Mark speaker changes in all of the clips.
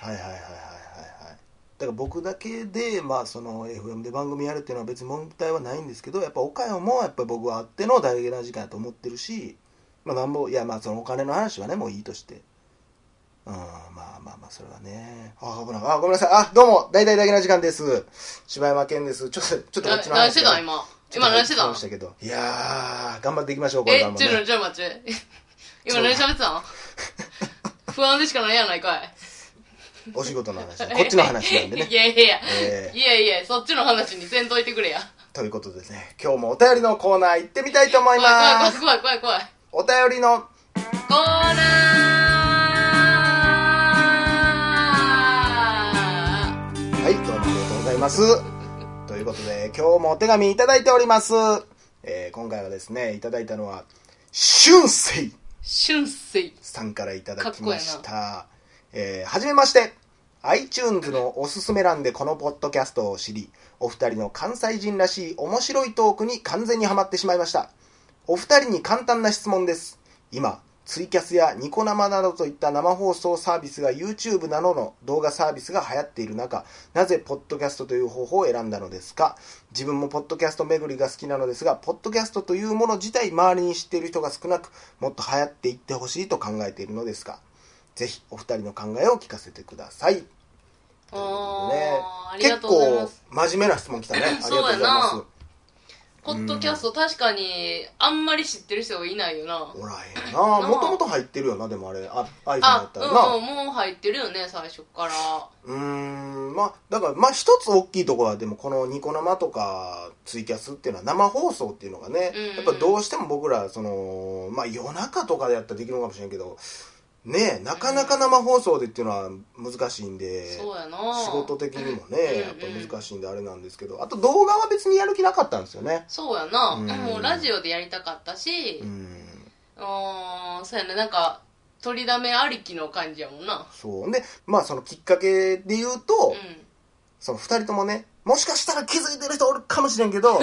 Speaker 1: はいはいはいはいはいはいだから僕だけで、まあ、その FM で番組やるっていうのは別に問題はないんですけどやっぱ岡山もやっぱ僕はあっての大事な時間やと思ってるし、まあ、なんぼいやまあそのお金の話はねもういいとしてうんまあまあまあそれはねあ危ないあごめんなさいあどうも大体だけな時間です柴山健ですちょっとちょっとこっちの
Speaker 2: 何してた
Speaker 1: が
Speaker 2: ん今今何してた
Speaker 1: ちょ
Speaker 2: ん
Speaker 1: っと入ってきましたけどいやー頑張っていきましょうこれ
Speaker 2: え
Speaker 1: からも
Speaker 2: ち
Speaker 1: ね
Speaker 2: ょっとちょっと待って 今何喋ってたん不安でしかないやないかい
Speaker 1: お仕事の話こっちの話なんでね
Speaker 2: いやいやいや、
Speaker 1: えー
Speaker 2: いやいやそっちの話にせんといてくれや
Speaker 1: ということでね今日もお便りのコーナー行ってみたいと思い
Speaker 2: 怖い怖
Speaker 1: ま
Speaker 2: い
Speaker 1: す
Speaker 2: 怖い怖い怖い
Speaker 1: お便りの
Speaker 2: コーナー
Speaker 1: はい、どうもありがとうございます。ということで、今日もお手紙いただいております。えー今回はですね、いただいたのは、春生
Speaker 2: 春水
Speaker 1: さんからいただきました。えーはじめまして。iTunes のおすすめ欄でこのポッドキャストを知り、お二人の関西人らしい面白いトークに完全にはまってしまいました。お二人に簡単な質問です。今、ツイキャスやニコ生などといった生放送サービスが YouTube などの動画サービスが流行っている中、なぜポッドキャストという方法を選んだのですか自分もポッドキャスト巡りが好きなのですが、ポッドキャストというもの自体周りに知っている人が少なく、もっと流行っていってほしいと考えているのですが、ぜひお二人の考えを聞かせてください。ということでね
Speaker 2: あーありが
Speaker 1: 結
Speaker 2: とうございま
Speaker 1: 構
Speaker 2: す
Speaker 1: 真面目な質問来たね。ありがとうござい
Speaker 2: そうや
Speaker 1: ま
Speaker 2: な
Speaker 1: す。
Speaker 2: ポッドキャスト確かにあんまり知ってる人がいないよな
Speaker 1: おらへんな。もともと入ってるよな、でもあれ、あ iPhone だ
Speaker 2: あ
Speaker 1: っ
Speaker 2: う
Speaker 1: た
Speaker 2: んう
Speaker 1: ら
Speaker 2: ん
Speaker 1: な。
Speaker 2: もう入ってるよね最初から
Speaker 1: うーんまあだからまあ一つ大きいところはでもこのニコ生とかツイキャスっていうのは生放送っていうのがね、
Speaker 2: うんうん
Speaker 1: やっぱどうしても僕らそのまあ夜中とかでやったらできるのかもしれんけどねえなかなか生放送でっていうのは難しいんで、
Speaker 2: そうやな
Speaker 1: 仕事的にもね
Speaker 2: うん
Speaker 1: やっぱ難しいんであれなんですけどあと動画は別にやる気なかったんですよね
Speaker 2: そうやな、
Speaker 1: うん
Speaker 2: もうラジオでやりたかったし
Speaker 1: う
Speaker 2: うん
Speaker 1: ん
Speaker 2: ーんそうやねなんか取りだめありきの感じやもんな
Speaker 1: そうでまあそのきっかけで言うと、
Speaker 2: うん
Speaker 1: その2人ともねもしかしたら気づいてる人おるかもしれんけ ど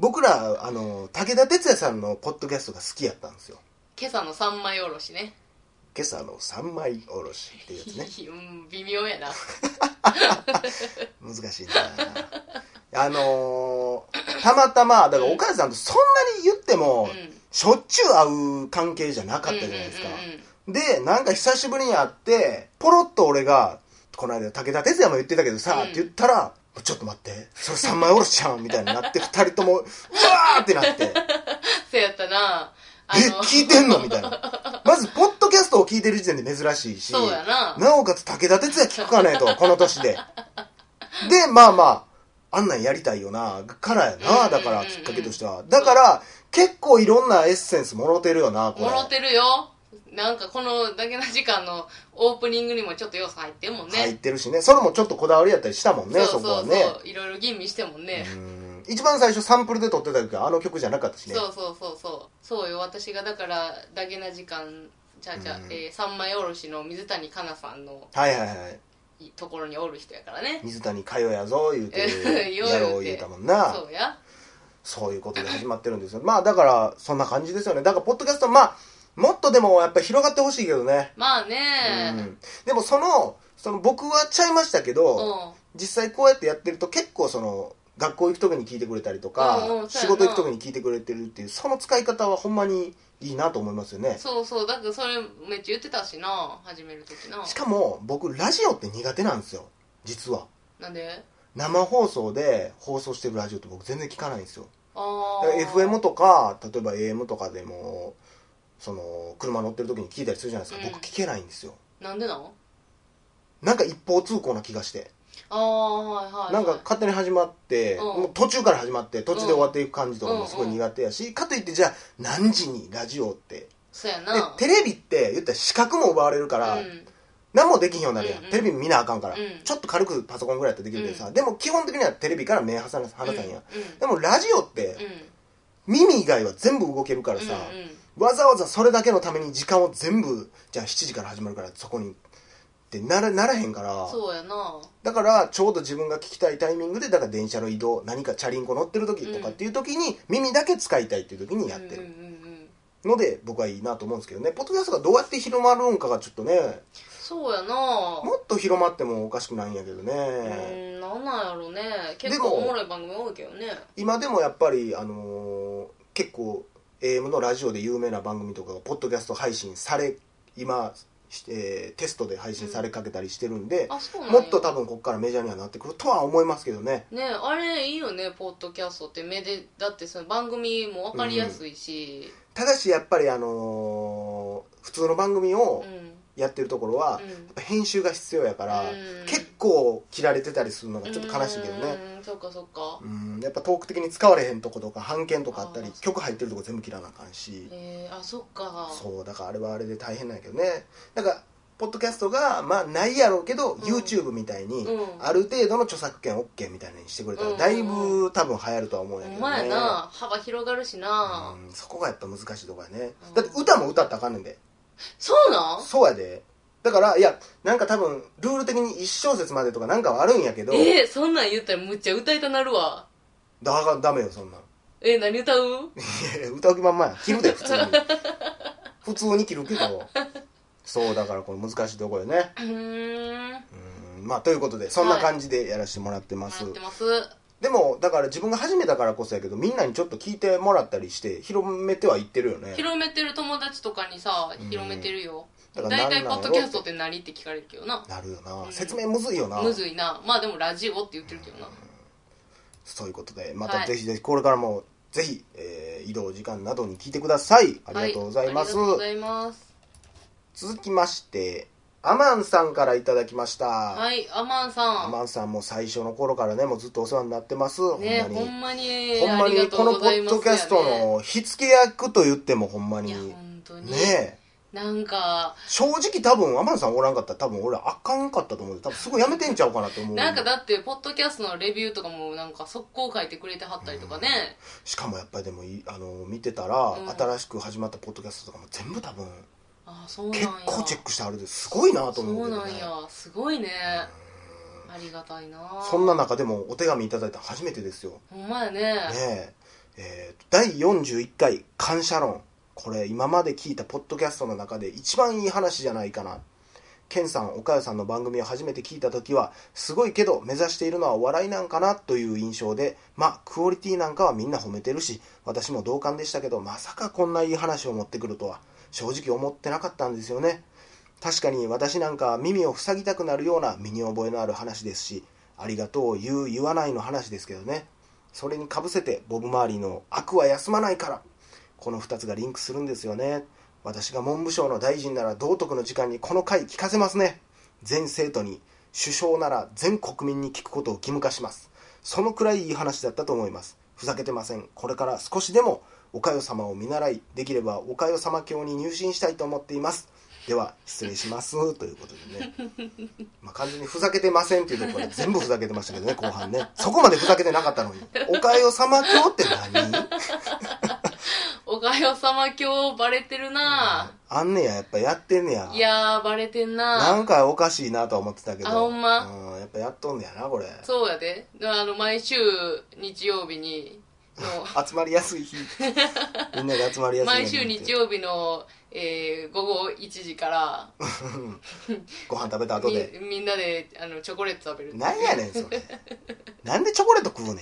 Speaker 1: 僕らあの武田鉄矢さんのポッドキャストが好きやったんですよ
Speaker 2: 今朝の三枚おろしね
Speaker 1: 今朝の三枚おろしっていうやつね
Speaker 2: うん微妙やな
Speaker 1: 難しい なあのーたまたまだからお母さんとそんなに言っても、
Speaker 2: うん
Speaker 1: しょっちゅう会う関係じゃなかったじゃないですか、
Speaker 2: うんうんうんうん
Speaker 1: でなんか久しぶりに会ってポロッと俺が「この間武田鉄矢も言ってたけどさ」
Speaker 2: うん
Speaker 1: って言ったら「ちょっと待ってそれ三枚おろしちゃうん」みたいになって二人とも「うわー!」ってな って
Speaker 2: そうやったな
Speaker 1: 「え聞いてんの?」みたいなまずポッドキャストを聞いてる時点で珍しいし
Speaker 2: そうやな
Speaker 1: なおかつ武田鉄矢聞くかねとこの年ででまあまああんなんやりたいよなからや
Speaker 2: うんうんう
Speaker 1: なんだからきっかけとしてはだから結構いろんなエッセンスもろてるよなこれ
Speaker 2: もろてるよなんかこのだけな時間のオープニングにもちょっと要素入ってるもんね
Speaker 1: 入ってるしねそれもちょっとこだわりやったりしたもんね
Speaker 2: そ
Speaker 1: そ
Speaker 2: うそう
Speaker 1: こ
Speaker 2: そ
Speaker 1: は
Speaker 2: う、
Speaker 1: ね
Speaker 2: いろいろ吟味してもんね、
Speaker 1: うん一番最初サンプルで撮ってた時はあの曲じゃなかったしね
Speaker 2: そうそうそうそうそうよ私がだからだけな時間ちゃうちゃ
Speaker 1: う
Speaker 2: う、
Speaker 1: ん
Speaker 2: えー三枚おろしの水谷香奈さんの
Speaker 1: はいはいはい
Speaker 2: ところにおる人やからね
Speaker 1: 水谷佳代やぞ言うて
Speaker 2: よう言うて
Speaker 1: やろう言うたもんなそう
Speaker 2: そうや
Speaker 1: いうことで始まってるんですよまあだからそんな感じですよねだからポッドキャストまあもっとでもやっぱ広がってほしいけどね、
Speaker 2: まあ
Speaker 1: う
Speaker 2: ね
Speaker 1: んでもそのその僕はちゃいましたけ
Speaker 2: うん
Speaker 1: ど、実際こうやってやってると結構その学校行く時に聞いてくれたりとか、
Speaker 2: うんうんそう
Speaker 1: 仕
Speaker 2: やな
Speaker 1: 事行く時に聞いてくれてるっていうその使い方はほんまにいいなと思いますよね
Speaker 2: そうそうだからそれめっちゃ言ってたしな始める時な
Speaker 1: しかも僕ラジオって苦手なんですよ実は
Speaker 2: なんで
Speaker 1: 生放送で放送してるラジオって僕全然聞かないんですよ
Speaker 2: あ
Speaker 1: だから
Speaker 2: あ
Speaker 1: FM とか例えば AM とかでもその車乗ってる時に聞いたりするじゃないですか、
Speaker 2: うん
Speaker 1: 僕聞けないんですよ
Speaker 2: なんでなん
Speaker 1: なんか一方通行な気がして、
Speaker 2: ああはいはい、はい、
Speaker 1: なんか勝手に始まって、
Speaker 2: うん
Speaker 1: もう途中から始まって途中で終わっていく感じとか
Speaker 2: う
Speaker 1: も
Speaker 2: ん
Speaker 1: すごい苦手やし、かといってじゃあ何時にラジオって
Speaker 2: そうやな
Speaker 1: でテレビって言ったら視覚も奪われるから、
Speaker 2: うん
Speaker 1: 何もできひんようになるやん、
Speaker 2: うんうん
Speaker 1: テレビ見なあかんから、
Speaker 2: うん
Speaker 1: ちょっと軽くパソコンぐらいやったらできるけどさ、でも基本的にはテレビから目離さ離さんや、
Speaker 2: うん
Speaker 1: でもラジオって
Speaker 2: うん
Speaker 1: 耳以外は全部動けるから
Speaker 2: うん
Speaker 1: さ、
Speaker 2: うんうん
Speaker 1: わざわざそれだけのために時間を全部じゃあ7時から始まるからそこにってならならへんから
Speaker 2: そうやな
Speaker 1: だからちょうど自分が聞きたいタイミングでだから電車の移動何かチャリンコ乗ってる時とかっていう時に耳だけ使いたいっていう時にやってる、
Speaker 2: うんうんうんうん
Speaker 1: ので僕はいいなと思うんですけどねポッドキャストがどうやって広まるんかがちょっとね
Speaker 2: そうやな
Speaker 1: もっと広まってもおかしくないんやけど
Speaker 2: う
Speaker 1: ね
Speaker 2: んなんなんやろね結
Speaker 1: でも
Speaker 2: 構おもろい番組多いけどね
Speaker 1: 今でもやっぱり、あのー結構 AM のラジオで有名な番組とかがポッドキャスト配信され今、しえーテストで配信されかけたりしてるんで、
Speaker 2: あそうなんや
Speaker 1: もっと多分ここからメジャーにはなってくるとは思いますけどね
Speaker 2: ねあれいいよねポッドキャストって目でだってその番組も分かりやすいし、
Speaker 1: ただしやっぱり、あのー普通の番組
Speaker 2: うん
Speaker 1: をやってるところは
Speaker 2: う、ん
Speaker 1: 編集が必要やから、
Speaker 2: うん
Speaker 1: 結構切られてたりするのがちょっと悲しいけどね
Speaker 2: うんそっかそっか
Speaker 1: うんやっぱトーク的に使われへんとことか版権とかあったり
Speaker 2: あー
Speaker 1: 曲入ってるとこ全部切らなあかんし、
Speaker 2: えー、あそっか
Speaker 1: そうだからあれはあれで大変なんやけどねだからポッドキャストがまあないやろうけど、
Speaker 2: ん
Speaker 1: YouTube みたいに、
Speaker 2: うん
Speaker 1: ある程度の著作権 OK みたいなのにしてくれた
Speaker 2: うん
Speaker 1: ら
Speaker 2: うん
Speaker 1: だいぶ多分流行るとは思うんや
Speaker 2: ほ
Speaker 1: けど
Speaker 2: ん
Speaker 1: ね
Speaker 2: まやな幅広がるしな、
Speaker 1: うんそこがやっぱ難しいとこやね
Speaker 2: うん
Speaker 1: だって歌も歌ったらあかんねんで
Speaker 2: そうなん
Speaker 1: そうやでだからいやなんか多分ルール的に1小節までとかなんかはあるんやけど
Speaker 2: えー、そんなん言ったらむっちゃ歌いたなるわ
Speaker 1: だがダメよそんなん
Speaker 2: えー、何歌う
Speaker 1: いやいや歌う気まんまや切るで普通 に普通に切るけどそうだからこれ難しいとこよね
Speaker 2: うーんや
Speaker 1: うんまあということでそんな感じでやらせてもらってます、
Speaker 2: ってます
Speaker 1: でもだから自分が始めたからこそやけどみんなにちょっと聞いてもらったりして広めてはいってるよね
Speaker 2: 広めてる友達とかにさ
Speaker 1: うん
Speaker 2: 広めてるよ
Speaker 1: だか
Speaker 2: 大
Speaker 1: らな
Speaker 2: 体、
Speaker 1: んなんやろ
Speaker 2: ポッドキャストって何って聞かれるけどな
Speaker 1: なるよな、
Speaker 2: ん
Speaker 1: 説明むずいよな
Speaker 2: むずいなまあでもラジオって言ってるけどな、
Speaker 1: そういうことでま
Speaker 2: は
Speaker 1: た
Speaker 2: い
Speaker 1: ぜひぜひこれからもぜひ、えー移動時間などに聞いてくださいありがとうございます、
Speaker 2: はありがとうございます
Speaker 1: 続きましてアマンさんからいただきました、
Speaker 2: はいアマンさ
Speaker 1: ア
Speaker 2: ん
Speaker 1: マンさんも最初の頃からねもうずっとお世話になってます、
Speaker 2: ね
Speaker 1: ほんま
Speaker 2: ほ
Speaker 1: に
Speaker 2: んまに
Speaker 1: ほんま
Speaker 2: ありが
Speaker 1: に
Speaker 2: と
Speaker 1: こ
Speaker 2: う
Speaker 1: の
Speaker 2: ご
Speaker 1: ポ
Speaker 2: ざい
Speaker 1: ッ
Speaker 2: ます
Speaker 1: ドキャストの火付け役と言ってもほんま
Speaker 2: やね
Speaker 1: に
Speaker 2: いや本当に、
Speaker 1: ねえ
Speaker 2: なんか
Speaker 1: 正直多分アマンさんおらんかったら多分俺あかんかったと思うで多分すぐやめてんちゃうかなと思う
Speaker 2: なんかだってポッドキャストのレビューとかもなんか速攻書いてくれてはったりとかね、
Speaker 1: しかもやっぱりでもいあの見てたら、
Speaker 2: うん
Speaker 1: 新しく始まったポッドキャストとかも全部多分
Speaker 2: あそうなん
Speaker 1: 結
Speaker 2: や
Speaker 1: 構チェックしてあるですごいなと思う
Speaker 2: そう
Speaker 1: けど、
Speaker 2: な
Speaker 1: ね、
Speaker 2: んやすごいねありがたいな
Speaker 1: そんな中でもお手紙いただいたの初めてですよ
Speaker 2: ほんまやね
Speaker 1: ねええー第41回「感謝論」これ今まで聞いたポッドキャストの中で一番いい話じゃないかなケンさん岡谷さんの番組を初めて聞いた時はすごいけど目指しているのはお笑いなんかなという印象でまあクオリティなんかはみんな褒めてるし私も同感でしたけどまさかこんないい話を持ってくるとは正直思ってなかったんですよね確かに私なんか耳を塞ぎたくなるような身に覚えのある話ですしありがとう言う言わないの話ですけどねそれにかぶせてボブ・マーリーの「悪は休まないから」この2つがリンクするんですよね私が文部省の大臣なら道徳の時間にこの回聞かせますね全生徒に首相なら全国民に聞くことを義務化しますそのくらいいい話だったと思いますふざけてませんこれから少しでもおかよ様を見習いできればおかよ様教に入信したいと思っていますでは失礼しますということでねまあ、完全にふざけてませんっていうところで全部ふざけてましたけどね後半ねそこまでふざけてなかったのに「おかよさま教」って何
Speaker 2: おかよさま今日バレてるな、
Speaker 1: あんねややっぱやってんねや
Speaker 2: いやーバレてんな
Speaker 1: なんかおかしいなとは思ってたけど
Speaker 2: あほんま
Speaker 1: うん、やっぱやっとんねやなこれ
Speaker 2: そうやであの毎週日曜日にの
Speaker 1: 集まりやす い日みんなで集まりやすい
Speaker 2: 毎週日
Speaker 1: 曜
Speaker 2: 曜日の、えー午後1時から
Speaker 1: ご飯食べた後 で
Speaker 2: みみんなであのチョコレート食べる
Speaker 1: なんやねんそれなんでチョコレート食うねん、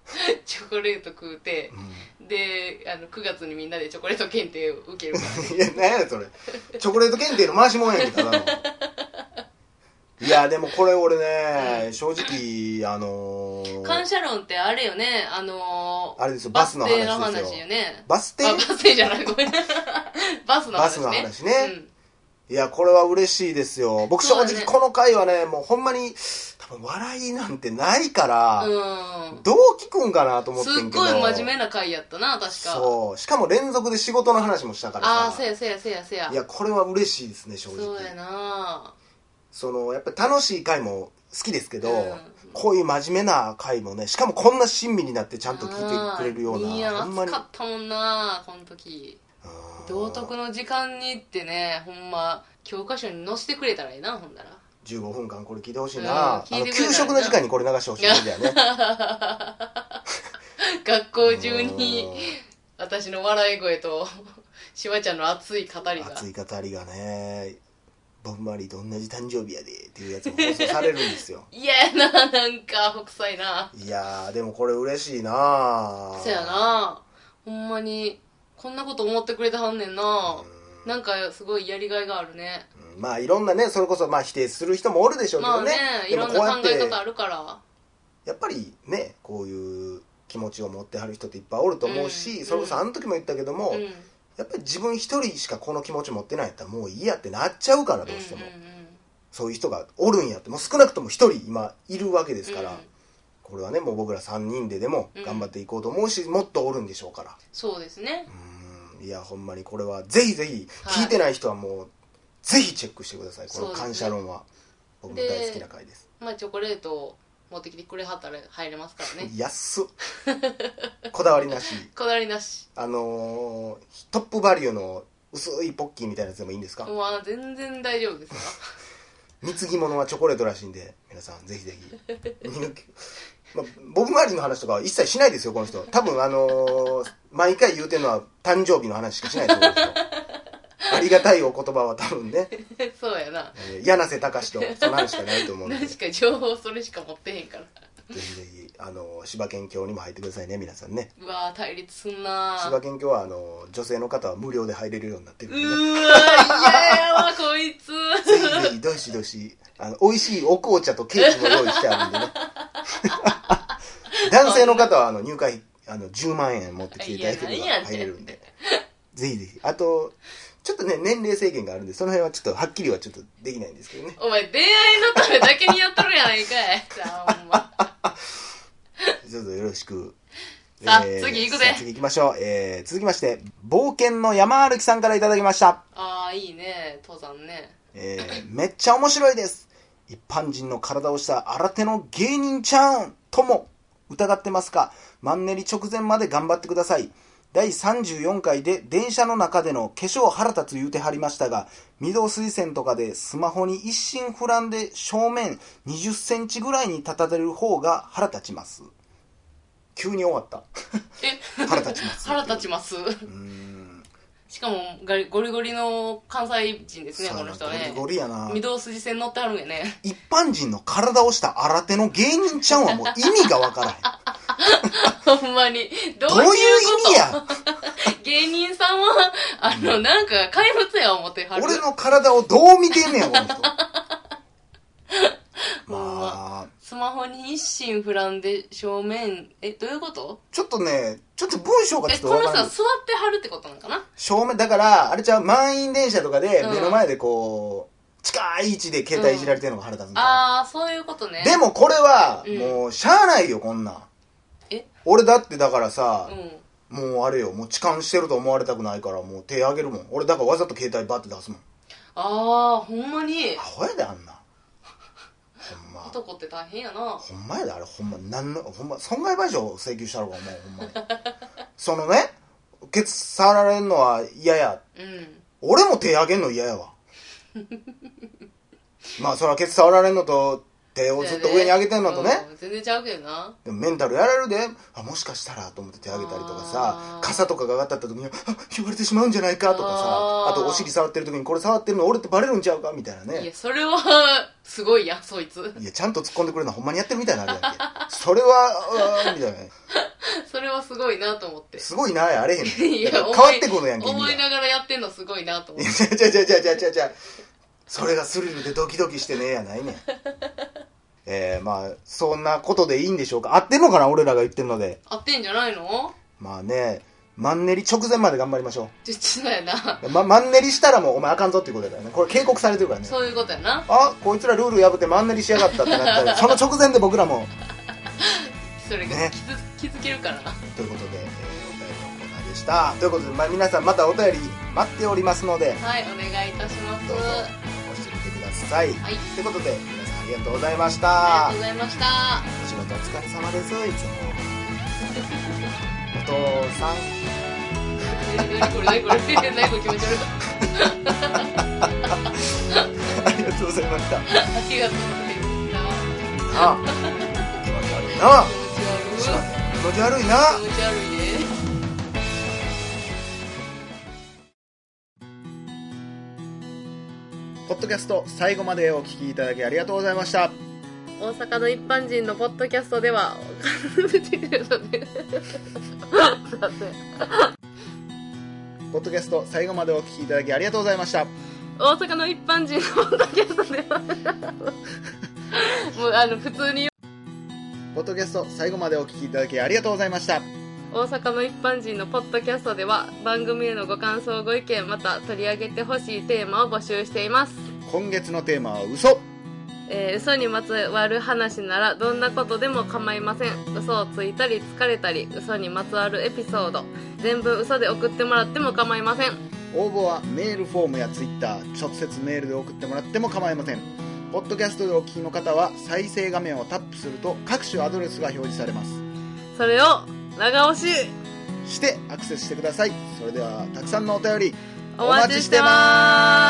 Speaker 2: チョコレート食うて
Speaker 1: う
Speaker 2: であの9月にみんなでチョコレート検定を受けるから
Speaker 1: ん、いやなんやねんそれチョコレート検定の回しもんやんけた だのいやでもこれ俺ね正直あのー
Speaker 2: 感謝論ってあれよねあのー
Speaker 1: あれですよバスの話ですよ
Speaker 2: バス停の話よね
Speaker 1: バス停
Speaker 2: あバス停じゃないごめん バスの話ね
Speaker 1: バスの話ねいや、これは嬉しいですよ。僕正
Speaker 2: そうだ
Speaker 1: 直
Speaker 2: ね
Speaker 1: この回はね、もうほんまに、多分笑いなんてないか
Speaker 2: う
Speaker 1: ら、
Speaker 2: ん、うん
Speaker 1: どう聞くんかなと思ってん
Speaker 2: す
Speaker 1: け
Speaker 2: っ
Speaker 1: ど。
Speaker 2: ごい真面目な回やったな確か
Speaker 1: そう。しかも連続で仕事の話もしたからさ。
Speaker 2: ああせやせやせやせや
Speaker 1: いや、これは嬉しいですね、正直。
Speaker 2: そうやな
Speaker 1: その、やっぱり楽しい回も好きですけど、
Speaker 2: うん
Speaker 1: こういう真面目な回もね、しかもこんな親身になってちゃんと聞いてくれるよう
Speaker 2: あー
Speaker 1: な、
Speaker 2: いや
Speaker 1: ほんま
Speaker 2: 暑
Speaker 1: に
Speaker 2: か。ったもんなこの時
Speaker 1: うん
Speaker 2: 道徳の時間にってねほんま教科書に載せてくれたらいいなほんだら
Speaker 1: 15分間これ聞いてほしいな、
Speaker 2: うん
Speaker 1: あ
Speaker 2: 聞い
Speaker 1: の
Speaker 2: てくれたら
Speaker 1: 給食の時間にこれ流してほしいんだよ ね
Speaker 2: 学校中に私の笑い声と しばちゃんの熱い語りが
Speaker 1: 熱い語りがねボブ・マリーと同じ誕生日やでっていうやつも放送されるんです よ
Speaker 2: 嫌やななんか北斎ない
Speaker 1: やーでもこれ嬉しいな
Speaker 2: そやなほんまにこんなこと思ってくれてはんねんな
Speaker 1: うん
Speaker 2: なんかすごいやりがいがあるね
Speaker 1: うんまあいろんなねそれこそまあ否定する人もおるでしょうけ
Speaker 2: ま
Speaker 1: ど
Speaker 2: あ
Speaker 1: ね,、
Speaker 2: ねい
Speaker 1: でも
Speaker 2: ろん
Speaker 1: こ
Speaker 2: な
Speaker 1: うやっ
Speaker 2: 考え
Speaker 1: て
Speaker 2: 方あるから
Speaker 1: やっぱりねこういう気持ちを持ってはる人っていっぱいおると思うし、
Speaker 2: うん
Speaker 1: それこそあの時も言ったけども、
Speaker 2: うん
Speaker 1: やっぱり自分一人しかこの気持ち持ってないやったらもういいやってなっちゃうからどうしても、
Speaker 2: んんん
Speaker 1: そういう人がおるんやってもう少なくとも一人今いるわけですから、
Speaker 2: うん
Speaker 1: これはねもう僕ら3人ででも頑張っていこうと思うし、もっとおるんでしょうから
Speaker 2: そうですね
Speaker 1: うんいやほんまにこれはぜひぜひ
Speaker 2: はい
Speaker 1: 聞いてない人はもうぜひチェックしてくださいこの
Speaker 2: そうですね
Speaker 1: 感謝論は、僕の大好きな回です
Speaker 2: まあチョコレートを持ってきてくれはったら入れますからね
Speaker 1: 安っこだわりなし
Speaker 2: こだわりなし
Speaker 1: あのートップバリューの薄いポッキーみたいなやつでもいいんですか、
Speaker 2: もうあ全然大丈夫ですか
Speaker 1: 貢ぎ物はチョコレートらしいんで皆さんぜひ ぜひ見抜きまあボブ・マーリーの話とかは一切しないですよこの人多分あのー毎回言うてるのは誕生日の話しかしないですこの人ありがたいお言葉は多分ね、
Speaker 2: そうやな
Speaker 1: えー柳瀬隆とその話しかないと思うんで
Speaker 2: 何
Speaker 1: ぜ
Speaker 2: しか情報それしか持ってへんから
Speaker 1: ひぜひあのー柴犬教にも入ってくださいね皆さんね
Speaker 2: うわー対立すんなー
Speaker 1: 柴犬教はあのー女性の方は無料で入れるようになってるん
Speaker 2: う
Speaker 1: で
Speaker 2: ー
Speaker 1: ね
Speaker 2: わ嫌やわこい つ
Speaker 1: ぜひぜひ、どしどし、あの、美味しいお紅茶とケーキも用意してあるんでね。 男性の方は、あの、入会、あの、10万円持ってきていただければ
Speaker 2: いやなんやねん
Speaker 1: 入れるんで。ぜひぜひ。あと、ちょっとね、年齢制限があるんで、その辺はちょっと、はっきりはちょっとできないんですけどね。
Speaker 2: お前恋愛のためだけにやっとるやないかいさあほんま
Speaker 1: ちょっとよろしく。
Speaker 2: さあ次行くぜ
Speaker 1: さあ次行きましょう。えー、続きまして、冒険の山歩きさんからいただきました。
Speaker 2: ああいいね登山ね
Speaker 1: えーめっちゃ面白いです一般人の体をした新手の芸人ちゃんとも疑ってますかマンネリ直前まで頑張ってください第34回で電車の中での化粧腹立つ言うてはりましたが御堂水線とかでスマホに一心不乱で正面2 0センチぐらいに立たれる方が腹立ちます急に終わった
Speaker 2: え
Speaker 1: 腹立ちます
Speaker 2: 腹立ちます
Speaker 1: うーん
Speaker 2: しかもガリゴリゴリの関西人ですね
Speaker 1: そう
Speaker 2: こ
Speaker 1: や
Speaker 2: の
Speaker 1: な
Speaker 2: 人ね
Speaker 1: ゴリゴリやな
Speaker 2: 御堂筋線乗ってはるんやね
Speaker 1: 一般人の体をした新手の芸人ちゃんはもう意味がわ からへん。
Speaker 2: ほんまにどう
Speaker 1: どういう
Speaker 2: いう
Speaker 1: 意
Speaker 2: こ
Speaker 1: 味や
Speaker 2: と芸人さんはあのなんか怪物や思ってはる
Speaker 1: 俺の体をどう見てんねん、こ の人。ま
Speaker 2: ほん
Speaker 1: あ、
Speaker 2: スマホに一心不乱で正面えどういうこと
Speaker 1: ちょっとね、ちょっと文章がちょ
Speaker 2: え
Speaker 1: っと
Speaker 2: この
Speaker 1: わ
Speaker 2: 人
Speaker 1: か
Speaker 2: は
Speaker 1: ら
Speaker 2: 座
Speaker 1: な
Speaker 2: っ
Speaker 1: い。
Speaker 2: てはるってことなのかな
Speaker 1: 正面、だから、あれちゃう、満員電車とかで
Speaker 2: うん
Speaker 1: 目の前でこう、近い位置で携帯いじられてるのが腹立つんだよ
Speaker 2: ああそういうことね
Speaker 1: でもこれは、
Speaker 2: うん
Speaker 1: もう、しゃあないよ、こんなん。
Speaker 2: え
Speaker 1: 俺だってだからさ、
Speaker 2: うん
Speaker 1: もうあれよ、もう痴漢してると思われたくないから、もう手あげるもん。俺だからわざと携帯バッて出すもん。
Speaker 2: ああほんまに
Speaker 1: アホやであんなほんま
Speaker 2: 男って大変やな
Speaker 1: ほんまやであれほんまなんのほんま損害賠償請求したろかお前ほん まにそのねケツ触られんのは嫌や
Speaker 2: うん
Speaker 1: 俺も手あげんの嫌や わまあそれはケツ触られんのと手をずっと上に上げてんのとね
Speaker 2: うん全然ちゃうけどな
Speaker 1: でもメンタルやられるであもしかしたらと思って手あげたりとか
Speaker 2: あ
Speaker 1: さ
Speaker 2: ー
Speaker 1: 傘とかが上がった時にあ言われてしまうんじゃないかとかさ
Speaker 2: あ
Speaker 1: あ
Speaker 2: ー
Speaker 1: とお尻触ってる時にこれ触ってるの俺ってバレるんちゃうかみたいないね
Speaker 2: やそれはすごいやそいつ
Speaker 1: いや、ちゃんと突っ込んでくれるのはほんまにやってるみたいなあれやんけ。それは、あーみたいなね。
Speaker 2: それはすごいなと思って
Speaker 1: すごいな、あれへんねん。
Speaker 2: いや
Speaker 1: だから
Speaker 2: 思い
Speaker 1: 変わってくるやんけ、意味
Speaker 2: 思
Speaker 1: が。
Speaker 2: い
Speaker 1: いや、
Speaker 2: ながらやってんのすごいなと思って
Speaker 1: ちゃうちゃうちゃうちゃうちゃうちゃうちゃうそれがスリルでドキドキしてねえやないねん。えー、まあ、そんなことでいいんでしょうか。合ってんのかな、俺らが言ってるので。
Speaker 2: 合ってんじゃないの
Speaker 1: まあね、マンネリ直前まで頑張りましょ
Speaker 2: ちょちょやな
Speaker 1: う。ま、マンネリしたらもうお前あかんぞっていうことだからね。これ警告されてるからね。
Speaker 2: そういうことやな
Speaker 1: あ、こいつらルール破ってマンネリしやがったってなったら、その直前で僕らも
Speaker 2: それが
Speaker 1: ね
Speaker 2: 傷気づけるからな
Speaker 1: ということで、えーお便りのコーナーでしたということで、まあ、皆さんまたお便り待っておりますので
Speaker 2: はいお願いいたします
Speaker 1: どうぞ押してみてください、
Speaker 2: はい
Speaker 1: ということで皆さんありがとうございまし
Speaker 2: あ
Speaker 1: た
Speaker 2: りがとうございました
Speaker 1: お仕事お疲れ様ですいつもお父さん
Speaker 2: え何これ何これ何これ気持ち悪い
Speaker 1: ありがとうございましたな
Speaker 2: ありがとうございました
Speaker 1: あ気持ち悪いな気持
Speaker 2: 気持ち悪い
Speaker 1: ち悪いな
Speaker 2: 気持ち悪いね
Speaker 1: ポッドキャスト最後までお聞きいただきありがとうございました
Speaker 2: 大阪の一般人のポッドキャストでは
Speaker 1: ポッドキャスト最後までお聞きいただきありがとうございました
Speaker 2: 大阪の一般人のポッドキャストでは もうあの普通に
Speaker 1: ポッドキャスト最後までお聞きいただきありがとうございました
Speaker 2: 大阪の一般人のポッドキャストでは番組へのご感想ご意見また取り上げてほしいテーマを募集しています、
Speaker 1: 今月のテーマは嘘
Speaker 2: えー嘘にまつわる話ならどんなことでも構いません嘘をついたり疲れたり嘘にまつわるエピソード全部嘘で送ってもらっても構いません
Speaker 1: 応募はメールフォームやツイッター直接メールで送ってもらっても構いませんポッドキャストでお聞きの方は再生画面をタップすると各種アドレスが表示されます
Speaker 2: それを長押し
Speaker 1: してアクセスしてくださいそれではたくさんのお便り
Speaker 2: お待ちしてます